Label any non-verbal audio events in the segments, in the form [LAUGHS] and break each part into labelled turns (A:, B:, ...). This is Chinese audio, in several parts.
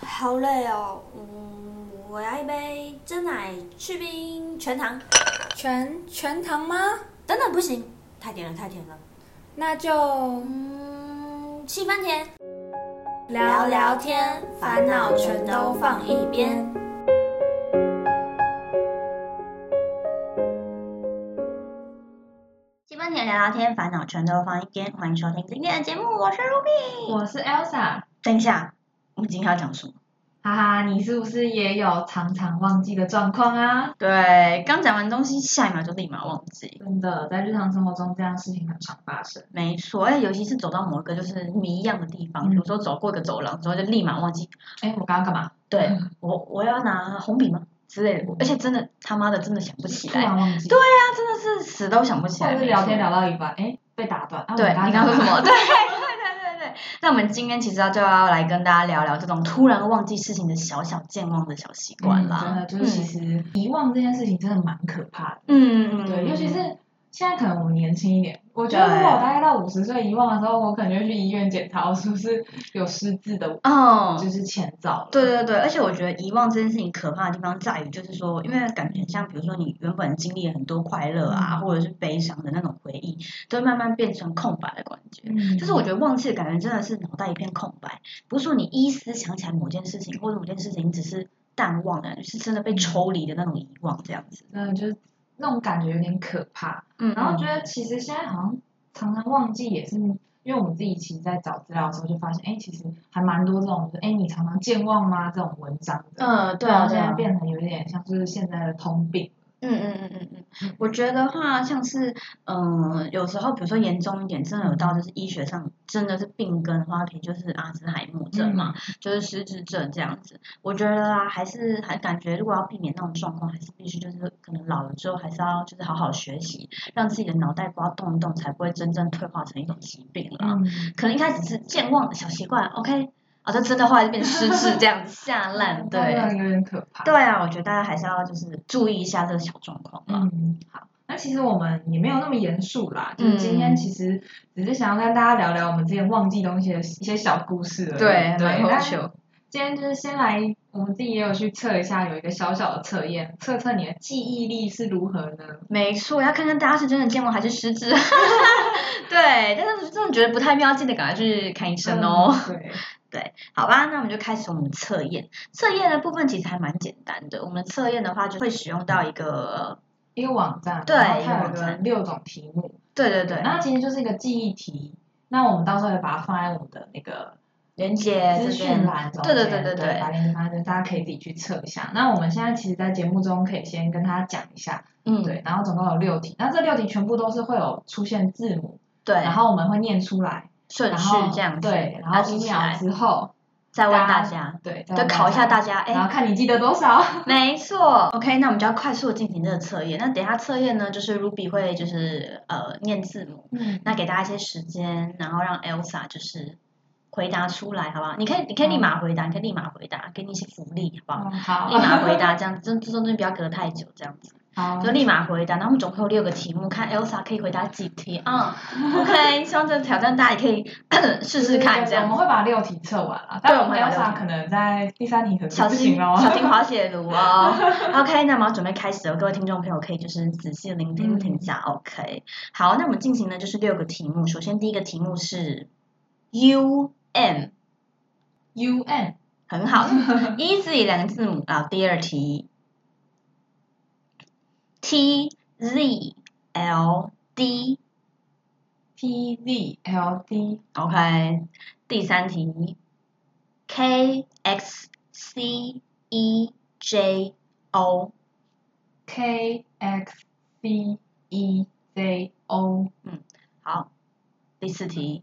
A: 好累哦，嗯，我要一杯真奶去冰全糖。
B: 全全糖吗？
A: 等等，不行，太甜了，太甜了。
B: 那就
A: 嗯，七分甜。
B: 聊聊天，烦恼全都放一边。
C: 七分甜聊聊天，烦恼全都放一边。欢迎收听今天的节目，我是 Ruby。
D: 我是 Elsa，
C: 等一下，我们今天要讲什么？
D: 哈哈，你是不是也有常常忘记的状况啊？
C: 对，刚讲完东西，下一秒就立马忘记。
D: 真的，在日常生活中这样的事情很常发生。
C: 没错，哎，尤其是走到某一个就是谜一样的地方，
D: 嗯
C: 比如说走过一个走廊之后，就立马忘记，
D: 哎，我刚刚干嘛？
C: 对我我要拿红笔吗之类的，而且真的他妈的真的想不起
D: 突
C: 来，
D: 然忘记。
C: 对啊，真的是死都想不起
D: 或
C: 来。
D: 者是聊天
C: 没错
D: 聊到一半，哎，被打断。啊，我
C: 对，你刚
D: 干
C: 说什？
D: 嘛 [LAUGHS]
C: 么？对对对对对。那我们今天其实要就要来跟大家聊聊这种突然忘记事情的小小健忘的小习惯
D: 嗯真
C: 啦。
D: 的就是其实遗忘这件事情真的蛮可怕的。
C: 嗯，
D: 对，尤其是现在可能我们年轻一点，我觉得如果我大概到五十岁遗忘的时候，我可能就去医院检查我是不是有失智的，
C: 哦
D: 就，是前兆了。
C: 对对对，而且我觉得遗忘这件事情可怕的地方在于，就是说，因为感觉像比如说你原本经历了很多快乐啊，
D: 嗯
C: 或者是悲伤的那种回忆，都会慢慢变成空白的感觉。
D: 嗯，
C: 就是我觉得忘记的感觉真的是脑袋一片空白，不是说你一丝想起来某件事情或者某件事情，你只是淡忘的，是真的被抽离的那种遗忘这样子。
D: 真的就是那种感觉有点可怕。
C: 嗯，
D: 然后觉得其实现在好像常常忘记，也是因为我们自己其实在找资料的时候就发现，哎，其实还蛮多这种，就是哎，你常常健忘吗？这种文章的。
C: 嗯，对
D: 然
C: 啊，
D: 后现
C: 对
D: 在
C: 啊，嗯
D: 变成有点像是现在的通病。
C: 嗯嗯嗯嗯嗯，我觉得话像是，嗯、有时候比如说严重一点，真的有到就是医学上真的是病根的话，可以就是阿兹海默症嘛，就是失智症这样子。我觉得啊，还是还感觉如果要避免那种状况，还是必须就是可能老了之后还是要就是好好学习，让自己的脑袋瓜动一动，才不会真正退化成一种疾病啦。
D: 嗯，
C: 可能一开始是健忘的小习惯，OK，啊，这真的话就变失智这样子下
D: [LAUGHS]
C: 烂，对。
D: 真的有点可怕。
C: 对啊，我觉得大家还是要就是注意一下这个小状况啊啦。
D: 嗯，好，那其实我们也没有那么严肃啦，就是今
C: 嗯
D: 天其实只是想要跟大家聊聊我们之前忘记东西的一些小故事而已。
C: 对，蛮
D: 对，
C: 有
D: 那
C: 趣。
D: 今天就是先来，我们自己也有去测一下，有一个小小的测验，测测你的记忆力是如何呢？
C: 没错，要看看大家是真的健忘还是失 [LAUGHS] 智。对，但是真的觉得不太妙，记得赶快去看医生哦。
D: 嗯对，
C: 好吧，那我们就开始我们的测验。测验的部分其实还蛮简单的，我们测验的话就会使用到一个，
D: 一个网站，
C: 对
D: 然后
C: 一个
D: 它有
C: 网
D: 一个
C: 站
D: 六种题目，
C: 对对对，
D: 那它其实就是一个记忆题。那我们到时候也把它放在我们的那个
C: 连接
D: 资
C: 这
D: 讯
C: 边。
D: 栏中
C: 对
D: 间，
C: 对对对
D: 对
C: 对
D: 把链接放在这，大家可以自己去测一下。那我们现在其实，在节目中可以先跟大家讲一下，
C: 嗯，
D: 对，然后总共有六题，那这六题全部都是会有出现字母，
C: 对，
D: 然后我们会念出来，
C: 顺
D: 然
C: 序
D: 后
C: 这样子，
D: 对，然
C: 那
D: 后
C: 记
D: 五
C: 起
D: 秒
C: 来
D: 之后，
C: 再问大
D: 大家
C: 家，
D: 对，再
C: 就
D: 问
C: 考一下
D: 大
C: 大家，哎
D: 家，然，后看你记得多少。
C: 没错，OK，那我们就要快速地进行这个测验。那等一下测验呢，就是 Ruby 会就是呃念字母，
D: 嗯，
C: 那给大家一些时间，然后让 Elsa 就是回答出来，好不好？你可以你可以立马回答，你可以立马回答，给你一些福利，好不
D: 嗯 [LAUGHS] 好
C: 好？立，马回答，这样这这中间不要隔得太久，这样子
D: 好
C: 就，立马回答。然后我们总共有六个题目，看 Elsa 可以回答几题 [LAUGHS] 啊、o k 希望这个挑战大家也可以 [COUGHS] 试试看，这样
D: 我们
C: 子。
D: 会把六题测完
C: 对
D: 了，但
C: 我
D: 我
C: 们
D: 们
C: 会把
D: e
C: 六
D: l
C: 题
D: 可能在第三题可能
C: 小
D: 就不
C: 心哦
D: 行了。
C: 小心滑铁卢 [LAUGHS] 哦。OK，那我们要准备开始了，各位听众朋友可以就是仔细聆听
D: 嗯
C: 听一下。OK，好，那我们进行的就是六个题目。首先第一个题目是 U M，
D: U N
C: 很 [LAUGHS] 好，easy 两个字母啊。第二题 T Z L D。
D: T Z E L D
C: OK，第三题，K X C E J O，
D: K X C E J O [LAUGHS]
C: 好，第四题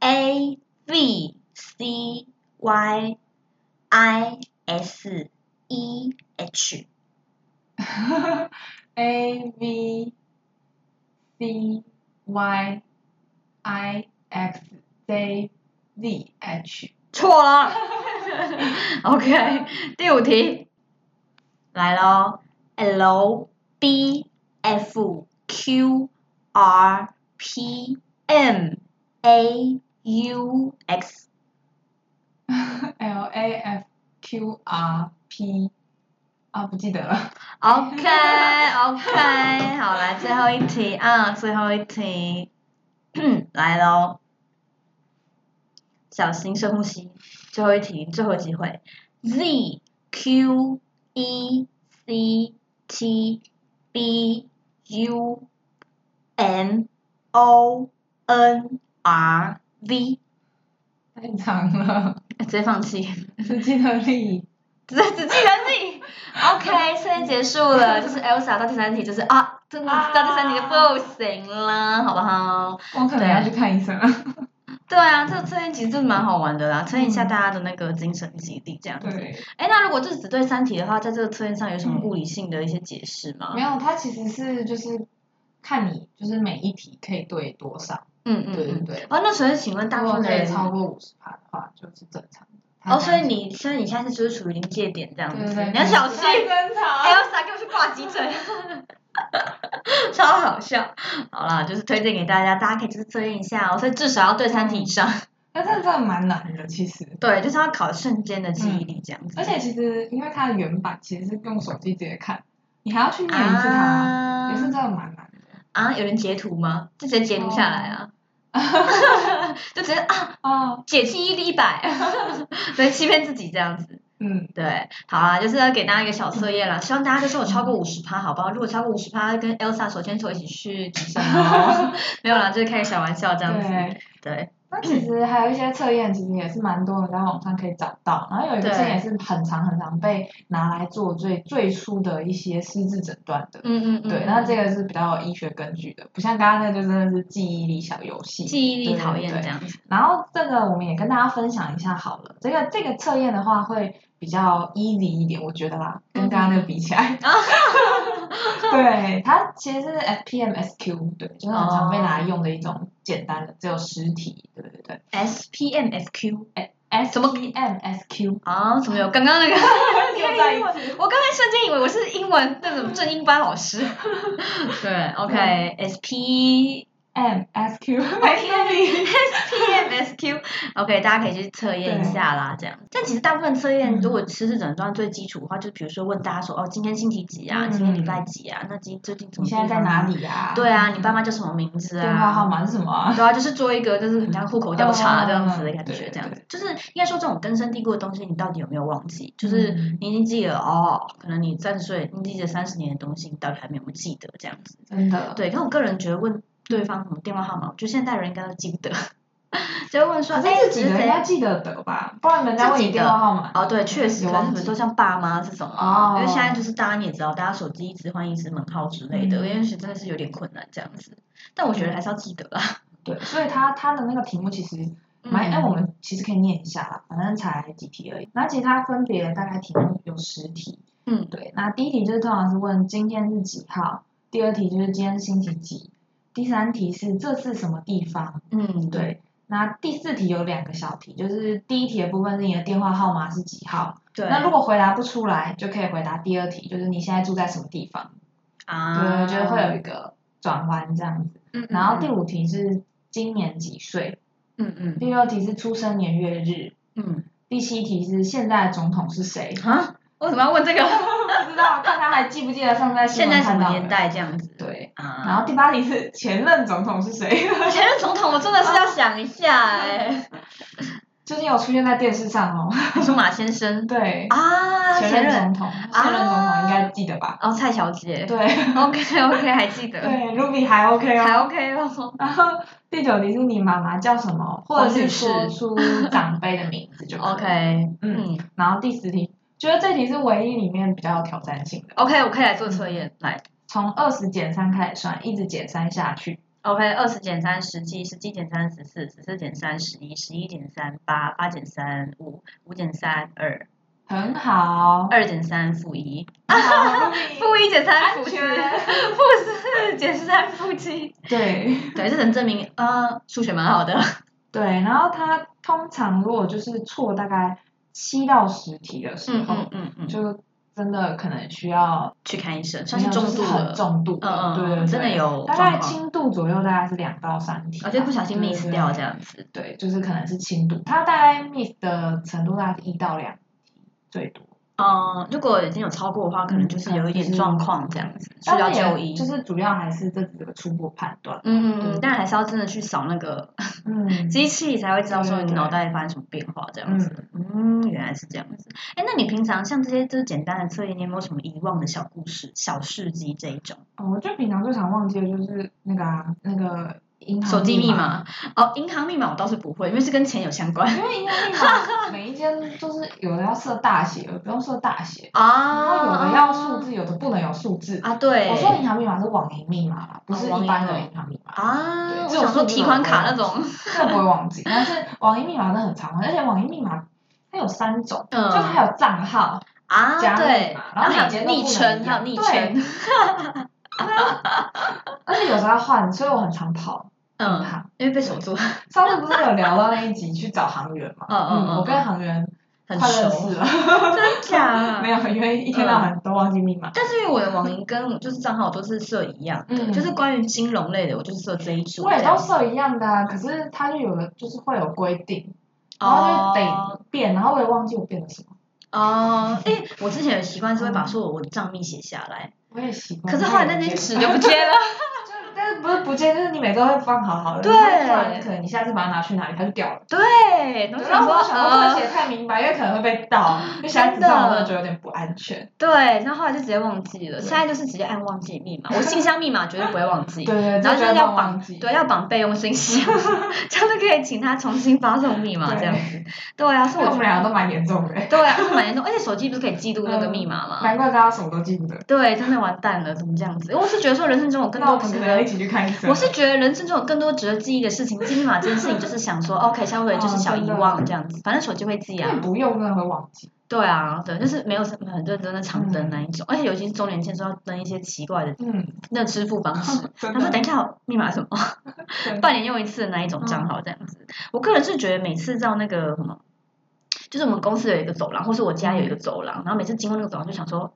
C: ，A B C Y I S E H，
D: A V C Y I X J Z H [LAUGHS]
C: 错了。OK，第五题，来喽，L B F Q R P M A U X，
D: L A F Q R P 啊，不记得了。
C: OK OK，好来最后一题啊，最后一题，嗯来喽，小心深呼吸，最后一题，最后机会，Z Q E C T B U M O N R V，
D: 太长了，
C: 直接放弃，
D: 是记得力。
C: 只 [LAUGHS] 只记得 Z。OK，现在结束
D: [LAUGHS]
C: 了，就是 Elsa 到第三题就是啊，真的到第三题就不行了，好不好？
D: 我可能要去看医生了。 [LAUGHS]
C: 对啊，这测验其实真的蛮好玩的啦，测验一下大家的那个精神基地这样子。
D: 对，
C: 哎，那如果这只对三题的话，在这个测验上有什么物理性的一些解释吗
D: 没？有，它其实是就是看你就是每一题可以对多少。
C: 嗯嗯
D: 对对
C: 嗯。
D: 对。
C: 哦，那所以请问大
D: 如
C: 部
D: 果
C: 分的
D: 可以
C: 人
D: 哦超过五十趴的话，就是正常的。
C: 哦，所以你所以你现在是就是处于临界点这样
D: 对对
C: 子，
D: 对，
C: 你要小心。
D: 争吵。
C: 哎 Elsa 给我去挂急诊， [LAUGHS] 超好笑。好啦，就是推荐给大家，大家可以就是测验一下哦，所以至少要对三题以上。 [LAUGHS]
D: 那这真的蛮难的，其实。
C: 对，就是要考瞬间的记忆力这样子。
D: 而且其实因为它的原版其实是用手机直接看，你还要去念一次它，也是真
C: 啊
D: 的蛮难的。
C: 啊，有人截图吗？就直接截图下来啊。 [LAUGHS] 就直接啊，
D: 哦，
C: 解记忆力一百， [LAUGHS] 所以欺骗自己这样子。
D: 嗯，
C: 对，好啦，就是要给大家一个小测验啦，希望大家就是有超过五十趴，好不好？如果超过五十趴，跟 Elsa 手牵手一起去急诊哦。 [LAUGHS] 没有啦，就是开个小玩笑这样子。
D: 对。
C: 对，
D: 那其实还有一些测验，其实也是蛮多人在网上可以找到。然后有一个
C: 对
D: 测验也是很长很长被拿来做最最初的一些失智诊断的。
C: 嗯嗯嗯。
D: 对，那这个是比较有医学根据的，不像刚刚那就真的是记忆力小游戏。
C: 记忆力
D: 对
C: 讨厌
D: 对
C: 这样子。
D: 然后这个我们也跟大家分享一下好了。这个这个测验的话会比较 easy 一点，我觉得啦，跟刚刚那个比起来。
C: 嗯
D: [LAUGHS]
C: [LAUGHS]
D: 对，它其实是 SPMSQ，对，就是很常被拿来
C: 哦
D: 用的一种简单的，只有十题，对对对。
C: S P M S Q
D: S
C: 怎么
D: P M S Q？
C: 啊？怎么有刚刚那个？ [LAUGHS] 又
D: 再一 [LAUGHS]
C: 次。我刚才瞬间以为我是英文那种正音班老
D: [LAUGHS]
C: 师。对，OK S P
D: M 嗯 S [LAUGHS] Q，
C: PMSQ。OK，大
D: [LAUGHS]
C: 家可以去测验一下啦，这样。但其实大部分测验，
D: 嗯
C: 如果吃是诊断最基础的话，就比如说问大家说，哦，今天星期几啊？
D: 嗯
C: 今天礼拜几啊？那今最近怎
D: 你
C: 么？
D: 现在在哪？里呀、
C: 对啊，你爸妈叫什么名字啊？
D: 电话号码是什么啊、
C: 对啊，就是做一个就是很像户口调查这样子的感
D: 嗯对
C: 觉，
D: 对
C: 这样
D: 对
C: 子就是应该说这种根深蒂固的东西，你到底有没有忘记？就是
D: 嗯
C: 你已经记得哦，可能你三十岁，你记得三十年的东西，你到底还没有记得这样子？
D: 真的，
C: 对，但我个人觉得问对方什么电话号码，我觉得现代人应该都记不得， [LAUGHS] 就会问说，
D: 可
C: 哎，
D: 是
C: 你是
D: 自己的
C: 谁
D: 应该记得得吧？不然人家问
C: 自
D: 你
C: 己的
D: 电话号码，
C: 哦，对，确实，
D: 有
C: 可是
D: 忘
C: 比如
D: 记
C: 说像爸妈这种啊，
D: 哦
C: 因为现在就是大家也知道，大家手机一直换一只门号之类的，
D: 嗯
C: 因为是真的是有点困难这样子。但我觉得还是要记得啦。
D: 对，所以他他的那个题目其实蛮，哎、
C: [LAUGHS] 嗯
D: 我们其实可以念一下啦，反正才几题而已。然后其实它分别大概题目有十题，
C: 嗯，
D: 对。那第一题就是通常是问今天是几号，第二题就是今天星期几，第三题是这是什么地方，
C: 嗯，
D: 对。那第四题有两个小题，就是第一题的部分是你的电话号码是几号，
C: 对。
D: 那如果回答不出来，就可以回答第二题，就是你现在住在什么地方，
C: 啊，
D: 对，就是会有一个转弯这样子。
C: 嗯，嗯
D: 然后第五题是今年几岁，
C: 嗯嗯
D: 第六题是出生年月日，
C: 嗯
D: 第七题是现在的总统是谁？
C: 嗯啊，为什么要问这个？
D: 不知道，看他还记不记得上在新
C: 现
D: 闻
C: 在什
D: 看
C: 么
D: 到
C: 年
D: 的？
C: 代这样子？
D: 对，
C: 啊，
D: 然后第八题是前任总统是谁？ [LAUGHS]
C: 前任总统我真的
D: 啊
C: 是要想一下哎，
D: 最近有出现在电视上哦。
C: 你说马先生
D: 对，
C: 啊，前
D: 前任
C: 任
D: 总统，现任总统应该记得吧？
C: 哦，蔡小姐 [LAUGHS]
D: 对
C: ，OK
D: [LAUGHS]
C: OK，还记得，
D: 对，Ruby 还 OK 哦。
C: 还 OK 哦，
D: [LAUGHS] 然后第九题是你妈妈叫什么，或者
C: 黄
D: 是
C: 女士
D: 说出长辈的名字就可以。
C: OK，
D: 嗯
C: 嗯
D: 然后第十题，觉得这题是唯一里面比较有挑战性的，
C: ，OK，我可以来做测验，来
D: 从二十减三开始算，一直减三下去。
C: ，OK，二十减三十七，十七减三十四，十四减三十一，十一减三八，八减三五，五减三二，
D: 很好，
C: 二减三负一，
D: 好
C: 负一减三负四，
D: 安
C: 负四减三负七。
D: 对
C: 对，这能证明呃数学蛮好的。
D: 对，然后它通常如果就是错大概七到十题的时候，
C: 嗯嗯，
D: 就真的可能需要
C: 去看医生，算是重度
D: 就很
C: 了。
D: 重度
C: 嗯嗯
D: 的，对对
C: 嗯，
D: 对
C: 真的有
D: 大
C: 状
D: 概
C: 况，
D: 轻度左右，大概是两到三题吧，
C: 而且不小心
D: 对
C: miss
D: 对
C: 掉这样子。
D: 对，就是可能是轻度，它大概 miss 的程度大概是一到两题最多。
C: 嗯，如果已经有超过的话，可能就是有一点状况这样子，需要
D: 嗯但是也
C: 就医。
D: 就是主要还是这几个初步判断。
C: 嗯嗯嗯，但还是要真的去扫那个
D: 嗯
C: 机器，才会知道说
D: 对对
C: 你
D: 对
C: 脑袋发生什么变化这样子。嗯，原来是这样子。哎，那你平常像这些就是简单的测验，你有没有什么遗忘的小故事、小事迹这一种？
D: 哦我就平常最常忘记的就是那个啊，那个银行
C: 手机密
D: 码，
C: 码
D: 哦
C: 哦，银行密码我倒是不会，因为是跟钱有相关
D: 因为银行密码每一间都是有的要设大写，有的不用设大写，然
C: 啊
D: 后有的要数字，有的不能有数字。
C: 啊，对，
D: 我说银行密码是网银密码啦，不是
C: 哦网
D: 一
C: 银
D: 般的
C: 哦
D: 银行密码。对
C: 啊，我
D: 这种
C: 想说
D: 数字
C: 提
D: 我
C: 款
D: 不
C: 卡
D: 会
C: 那种，
D: 这不会忘记，但是网银密码真的很常忘，而且网银密码它有三种，
C: 嗯
D: [LAUGHS] 就它有账号，
C: 啊，
D: 加密
C: 对
D: 码，
C: 然
D: 然后
C: 后
D: 每
C: 还
D: 间
C: 有
D: 都
C: 昵
D: 不
C: 称，
D: 能
C: 还有昵
D: 一样
C: 称，
D: 而且有时候要换，所以我很常跑。
C: 嗯，
D: 好
C: 因为被锁住，嗯
D: 上次不是有聊到那一集去找航员嘛？
C: 嗯嗯，
D: 我跟航员快
C: 很熟，
D: 认识了， [LAUGHS]
C: 真假
D: 没有，因为一天到
C: 嗯
D: 晚都忘记密码。
C: 但是因为我的网银跟就是账号我都是设一样的，
D: 嗯
C: 就是关于金融类的，我就是设这一组这
D: 我也都
C: 样子，
D: 设一样的啊，可是它就有的就是会有规定，然后就
C: 哦
D: 得变，然后我也忘记我变了什么，
C: 哦，哎，我之前有习惯是会
D: 嗯
C: 把所有我的账密写下来，
D: 我也习惯。
C: 可是后来那
D: 哦我也
C: 些纸
D: 不见
C: 就不见了，
D: 就是但是不是不见，就是你每周会放好好的，
C: 对
D: 然后突然可能你下次把它拿去哪里，它就掉了。
C: 对，然后
D: 然
C: 想
D: 后
C: 说嗯
D: 我想说这
C: 呃
D: 个，写太明白，因为可能会被盗，因为写在纸上我真的觉得有点不安全。
C: 对，然后后来就直接忘记了，
D: 对
C: 现在就是直接按忘记密码，我信箱密码绝对不会忘记
D: 对，对，
C: 然后就
D: 这
C: 是
D: 个
C: 要
D: 忘
C: 绑
D: 记，
C: 对，要绑备用信
D: [LAUGHS]
C: 息，这样就可以请他重新发送密码这样子。对啊，是
D: 所以
C: 我
D: 我们两个都蛮严重的，
C: 对啊，是蛮严重，而且手机不是可以记录那个密码吗？
D: 难怪大家什么都记不得。
C: 对，真的完蛋了，怎么这样子？我是觉得说人生中有更
D: 那
C: 多
D: 我们
C: 值
D: 可能要一
C: 得。
D: 起去看医生。
C: 我是觉得人生中有更多值得记忆的事情，记密码这件事情就是想
D: [LAUGHS]
C: 说，OK，消哦费
D: 嗯
C: 就是小遗忘这样子，反正手机会记
D: 因为
C: 啊。
D: 不用真的会忘记。
C: 对啊，对，就是没有什么很认真的长登那一种，而且尤其是中年前说要登一些奇怪的
D: 嗯，
C: 那支付方式，
D: [LAUGHS] 真
C: 他说
D: 的。
C: 等一下密码是什么？
D: 真的
C: 半年用一次的那一种账号
D: 嗯
C: 这样子。我个人是觉得每次到那个什么，就是我们公司有一个走廊，或是我家有一个走廊，然后每次经过那个走廊就想说，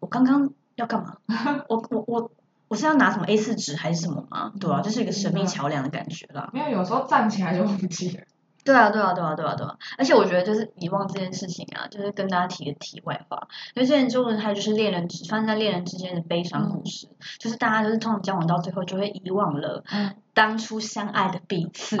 C: 我刚刚要干嘛？ [LAUGHS] 我我我我是要拿什么 A 四纸还是什么吗？对啊，就是一个神
D: 嗯
C: 秘桥梁的感觉啦。
D: 没有，有时候站起来就忘记了。
C: 对啊，对啊，对啊，对啊，对啊！而且我觉得就是遗忘这件事情啊，就是跟大家提个题外话，因为之前中文它就是恋人之，发生在恋人之间的悲伤故事，就是大家就是通常交往到最后就会遗忘了
D: 嗯
C: 当初相爱的彼此， [LAUGHS]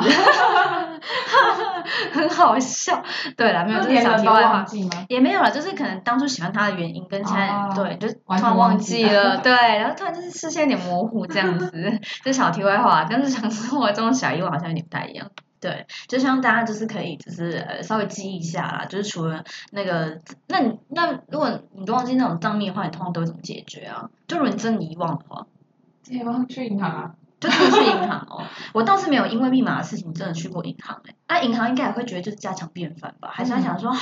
C: 很好笑。对啦，没有，这是
D: 连
C: 小
D: 人
C: 题
D: 都
C: 外
D: 忘
C: 话。
D: 记吗？
C: 也没有了，就是可能当初喜欢他的原因跟现在、
D: 哦
C: 对，就是突
D: 完全
C: 然
D: 忘
C: 记
D: 记了
C: 了，对，然后突然就是视线有点模糊这样子，
D: [LAUGHS]
C: 这是小题外话，跟日常生活中的小遗忘好像有点不太一样。对，就希望大家就是可以，就是呃稍微记忆一下啦。就是除了那个，那你那如果你忘记那种账密的话，你通常都会怎么解决啊？就如果你真的遗忘的话，
D: 这也忘去银行啊？
C: 就真的去银行
D: [LAUGHS]
C: 哦。我倒是没有因为密码的事情真的去过银行哎、那、银行应该也会觉得就是家常便饭吧？还是他想
D: 嗯
C: 说、啊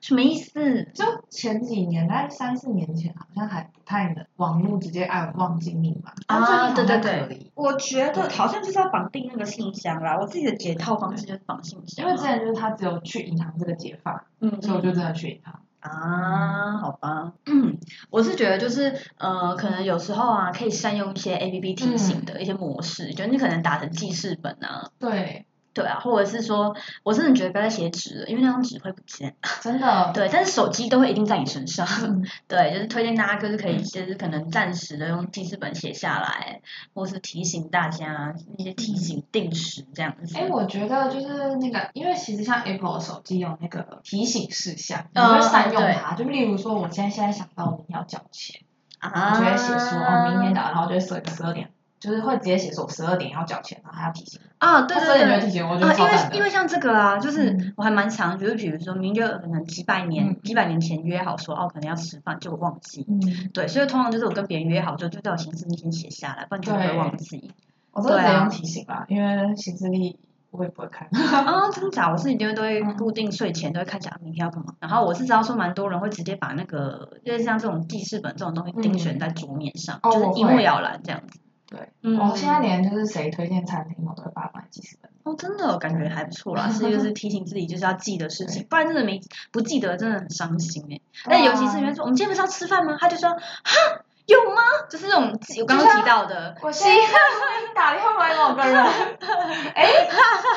C: 什么意思？
D: 就前几年，大概三四年前，好像还不太能网络直接按忘记密码。但最近好像
C: 啊哦对对对
D: 可以。
C: 我觉得好像就是要绑定那个信箱啦，我自己的解套方式就是绑信箱
D: 因
C: 啊，
D: 为之前就是他只有去银行这个解法，
C: 嗯
D: 所以我就真的去银行。
C: 啊，好吧，嗯，我是觉得就是呃，可能有时候啊，可以善用一些 A P P 提醒的一些模式，就你可能打成记事本啊，
D: 对，
C: 对啊，或者是说，我真的觉得不要再写纸了，因为那张纸会不见，
D: 真的。
C: 对，但是手机都会一定在你身上，
D: 嗯
C: [LAUGHS] 对，就是推荐大家就是可以，就是可能暂时的用记事本写下来，或是提醒大家一些提醒定时这样子。
D: 哎，嗯我觉得就是那个，因为其实像 Apple 的手机有那个提醒事项，你
C: 嗯
D: 会善用它。就例如说，我现在现在想到我明天要缴钱，我
C: 啊，
D: 就会写说哦，明天缴，然后就会设一个十二点，就是会直接写说我十二点要缴钱，然后还要提醒我。
C: 啊，对
D: 它12
C: 对
D: 点就会
C: 对。
D: 提醒我，我觉
C: 啊
D: 得，
C: 因
D: 超赞
C: 为因
D: 的。
C: 为像这个啊，就是
D: 嗯
C: 我还蛮常，就是比如说，明就可能几百年、
D: 嗯
C: 几百年前约好说，哦，可能要吃饭，结果忘记。
D: 嗯，
C: 对，所以通常就是我跟别人约好，就就在我行事历先写下来，不然就会
D: 对
C: 忘记。
D: 我都
C: 对
D: 直接
C: 啊
D: 用提醒啦，因为行事历我也不会看。
C: 啊，真假？我是一定会都会
D: 嗯
C: 固定睡前都会看一下啊明天要干嘛。然后我是知道说，蛮多人会直接把那个，就是像这种记事本这种东西，钉选在桌面上，
D: 哦
C: 就是
D: 我
C: 一目
D: 会
C: 了然这样子。
D: 对，
C: 嗯，
D: 我哦现在连就是谁推荐餐厅，我都会把它放在记事本。
C: 哦，真的感觉还不错
D: [LAUGHS]
C: 啦，这就是提醒自己就是要记的事情，不然真的没不记得真的很伤心哎、
D: 对啊
C: 但尤其是人家说我们今天不是要吃饭吗？他就说哈，有吗？就是那种自我刚刚提到的，
D: 我现在 [LAUGHS] 啊你打电话回来某个人，哎、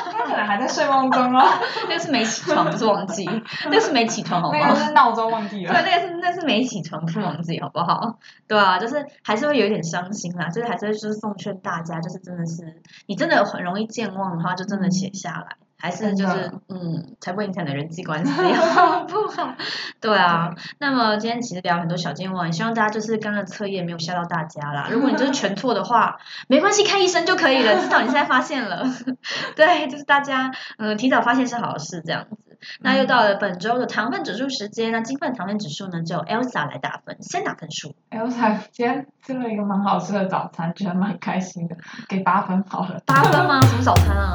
D: 他可能还在睡梦中哦，
C: [LAUGHS] 那个是没起床，不是忘
D: [LAUGHS]
C: 记，那个是没起床，好不
D: 那
C: 好？
D: 个是闹钟忘记
C: 对， [LAUGHS]
D: 了。
C: 那个是那是没起床，不是忘
D: 嗯
C: 记，好不好？对啊，就是还是会有一点伤心啦，就是还是会就是奉劝大家，就是真的是你真的很容易健忘的话，就真的写下来，还是就
D: 真
C: 是
D: 的
C: 嗯，才不会影响你的人际关
D: [LAUGHS]
C: 系，好不好？对啊，那么今天其实聊很多小健忘，也希望大家就是刚刚的测验没有吓到大家啦。如果你就是全错的话，没关系，看医生就可以了，至少你现在发现了。 [LAUGHS] 对，就是大家嗯、呃提早发现是好事这样子。那又到了本周的糖分指数时间，那今天的糖分指数呢，就由 Elsa 来打分，先打分数。
D: 哎、我才今天吃了一个蛮好吃的早餐，觉得蛮开心的，给八分好了。
C: 八分吗？什么早餐啊？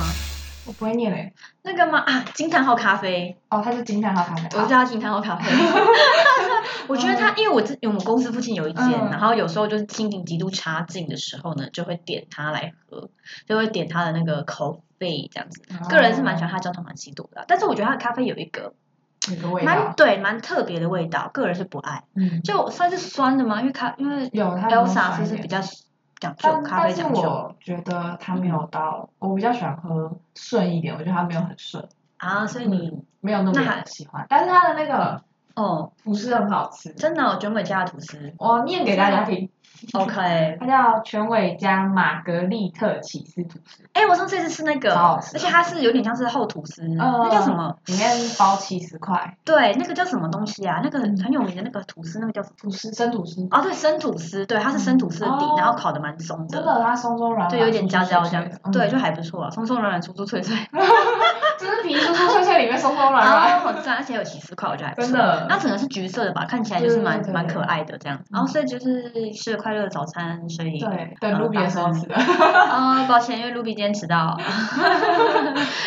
D: 我不会念嘞、
C: 那个吗？啊，金叹号咖啡，
D: 哦，它是金蛋挞
C: 我
D: 糖
C: 叫
D: 的。
C: 它金叹号咖啡。 [LAUGHS] 我觉得它，因为我自因为我们公司附近有一间，
D: 嗯
C: 然后有时候就是心情极度差劲的时候呢，就会点它来喝，就会点它的那个口味这样子。
D: 哦
C: 个人是蛮喜欢它焦糖玛奇朵的啊，但是我觉得它的咖啡有一个
D: 有个味
C: 蛮
D: 道，
C: 对蛮特别的味道，个人是不爱。
D: 嗯，
C: 就算是酸的吗？因为咖因为
D: 有它有
C: Elsa
D: 酸
C: 是
D: 一
C: 不是
D: 点
C: 比较讲究
D: 但
C: 咖啡
D: 但是
C: 讲究
D: 我觉得它没有到，我比较喜欢喝顺一点，我觉得它没有很顺，
C: 啊？所以
D: 嗯
C: 你
D: 没有那
C: 那还
D: 么喜欢。但是它的那个
C: 哦，
D: 不是很好吃，
C: 真的哦卷尾家的吐司
D: 我念给大家听，
C: ，OK。哎、
D: [LAUGHS] 它叫全伟家玛格丽特起司吐司，
C: 哎我上次也是吃那个，
D: 超好嗯吃
C: 而且它是有点像是厚吐司，那叫什么？
D: 里面包七十块，
C: 对，那个叫什么东西啊？那个很
D: 嗯
C: 很有名的那个吐司，那个叫什么？
D: 吐司生吐司，
C: 哦，对，生吐司，对，它是生吐司的底，
D: 哦
C: 然后烤的蛮松
D: 真
C: 的，
D: 的它松松软软，
C: 就有点焦焦这
D: 脆
C: 样
D: 脆
C: 子
D: 的，嗯
C: 对，就还不错啊，松松软软，酥酥脆脆，
D: 就是皮酥酥脆脆，里面松松软
C: 啊，
D: 软，
C: 好赞，而且有起司块，我觉得还不错
D: 真。的
C: 它。整个是橘色的吧，看起来就是
D: 对
C: 蛮
D: 对对
C: 蛮
D: 对嗯
C: 可爱的这样。然后所以就是吃了快乐的早餐，所以 [LAUGHS]
D: 对，等露比的时候吃的，
C: 啊、抱歉，因为 Ruby 今天迟
D: [LAUGHS]
C: 到，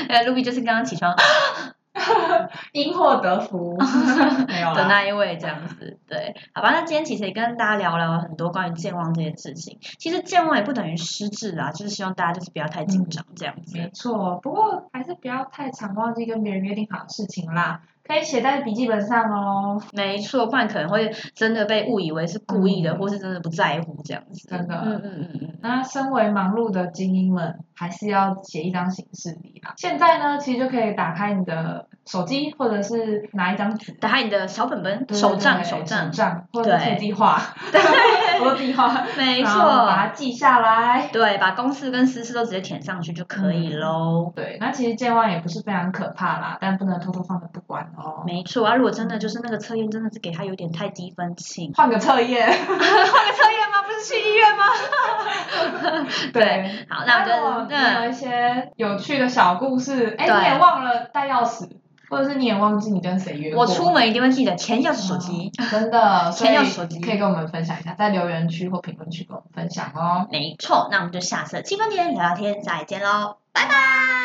C: 呃，Ruby 就是刚刚起床
D: 因祸得福，没有
C: 的
D: 啦。
C: 那一位这样子，对，好吧，那今天其实也跟大家聊了很多关于健忘这件事情。其实健忘也不等于失智啊，就是希望大家就是不要太紧张这样子。
D: 嗯没错，不过还是不要太常忘记跟别人约定好的事情啦，可以写在笔记本上哦。
C: 没错，不然可能会真的被误以为是故意的，或是真的不在乎这样子。
D: 嗯真的
C: 嗯嗯嗯嗯，
D: 那身为忙碌的精英们，还是要写一张行事历啦。现在呢，其实就可以打开你的手机，或者是拿一张纸，
C: 打开你的小本本，
D: 对
C: 手
D: 对
C: 账
D: 对
C: 手
D: 手
C: 账，
D: 账，或者是
C: 对
D: 自己
C: [LAUGHS]
D: 画，我都自己画，
C: 没
D: 然后把它
C: 错，
D: 记下来。
C: 对，把公式跟私事都直接填上去就可以喽。
D: 对，那其实健忘也不是非常可怕啦，但不能偷偷放着不管哦。
C: 没错啊，如果真的就是那个测验真的是给他有点太低分，请
D: 换个测验，
C: 换个测验吗？不是去医院吗？
D: [LAUGHS] 对。
C: 好，那
D: 如果
C: 我
D: 你有
C: 那
D: 一些有趣的小故事，哎，
C: 对
D: 你也忘了带钥匙，或者是你也忘记你跟谁约过，嗯
C: 我出门一定会记得钱、钥匙、手机。
D: 真的，所
C: 先
D: 以
C: 要手机
D: 可以跟我们分享一下，在留言区或评论区跟我们分享哦。
C: 没错，那我们就下次的七分甜聊聊天再见喽，拜拜。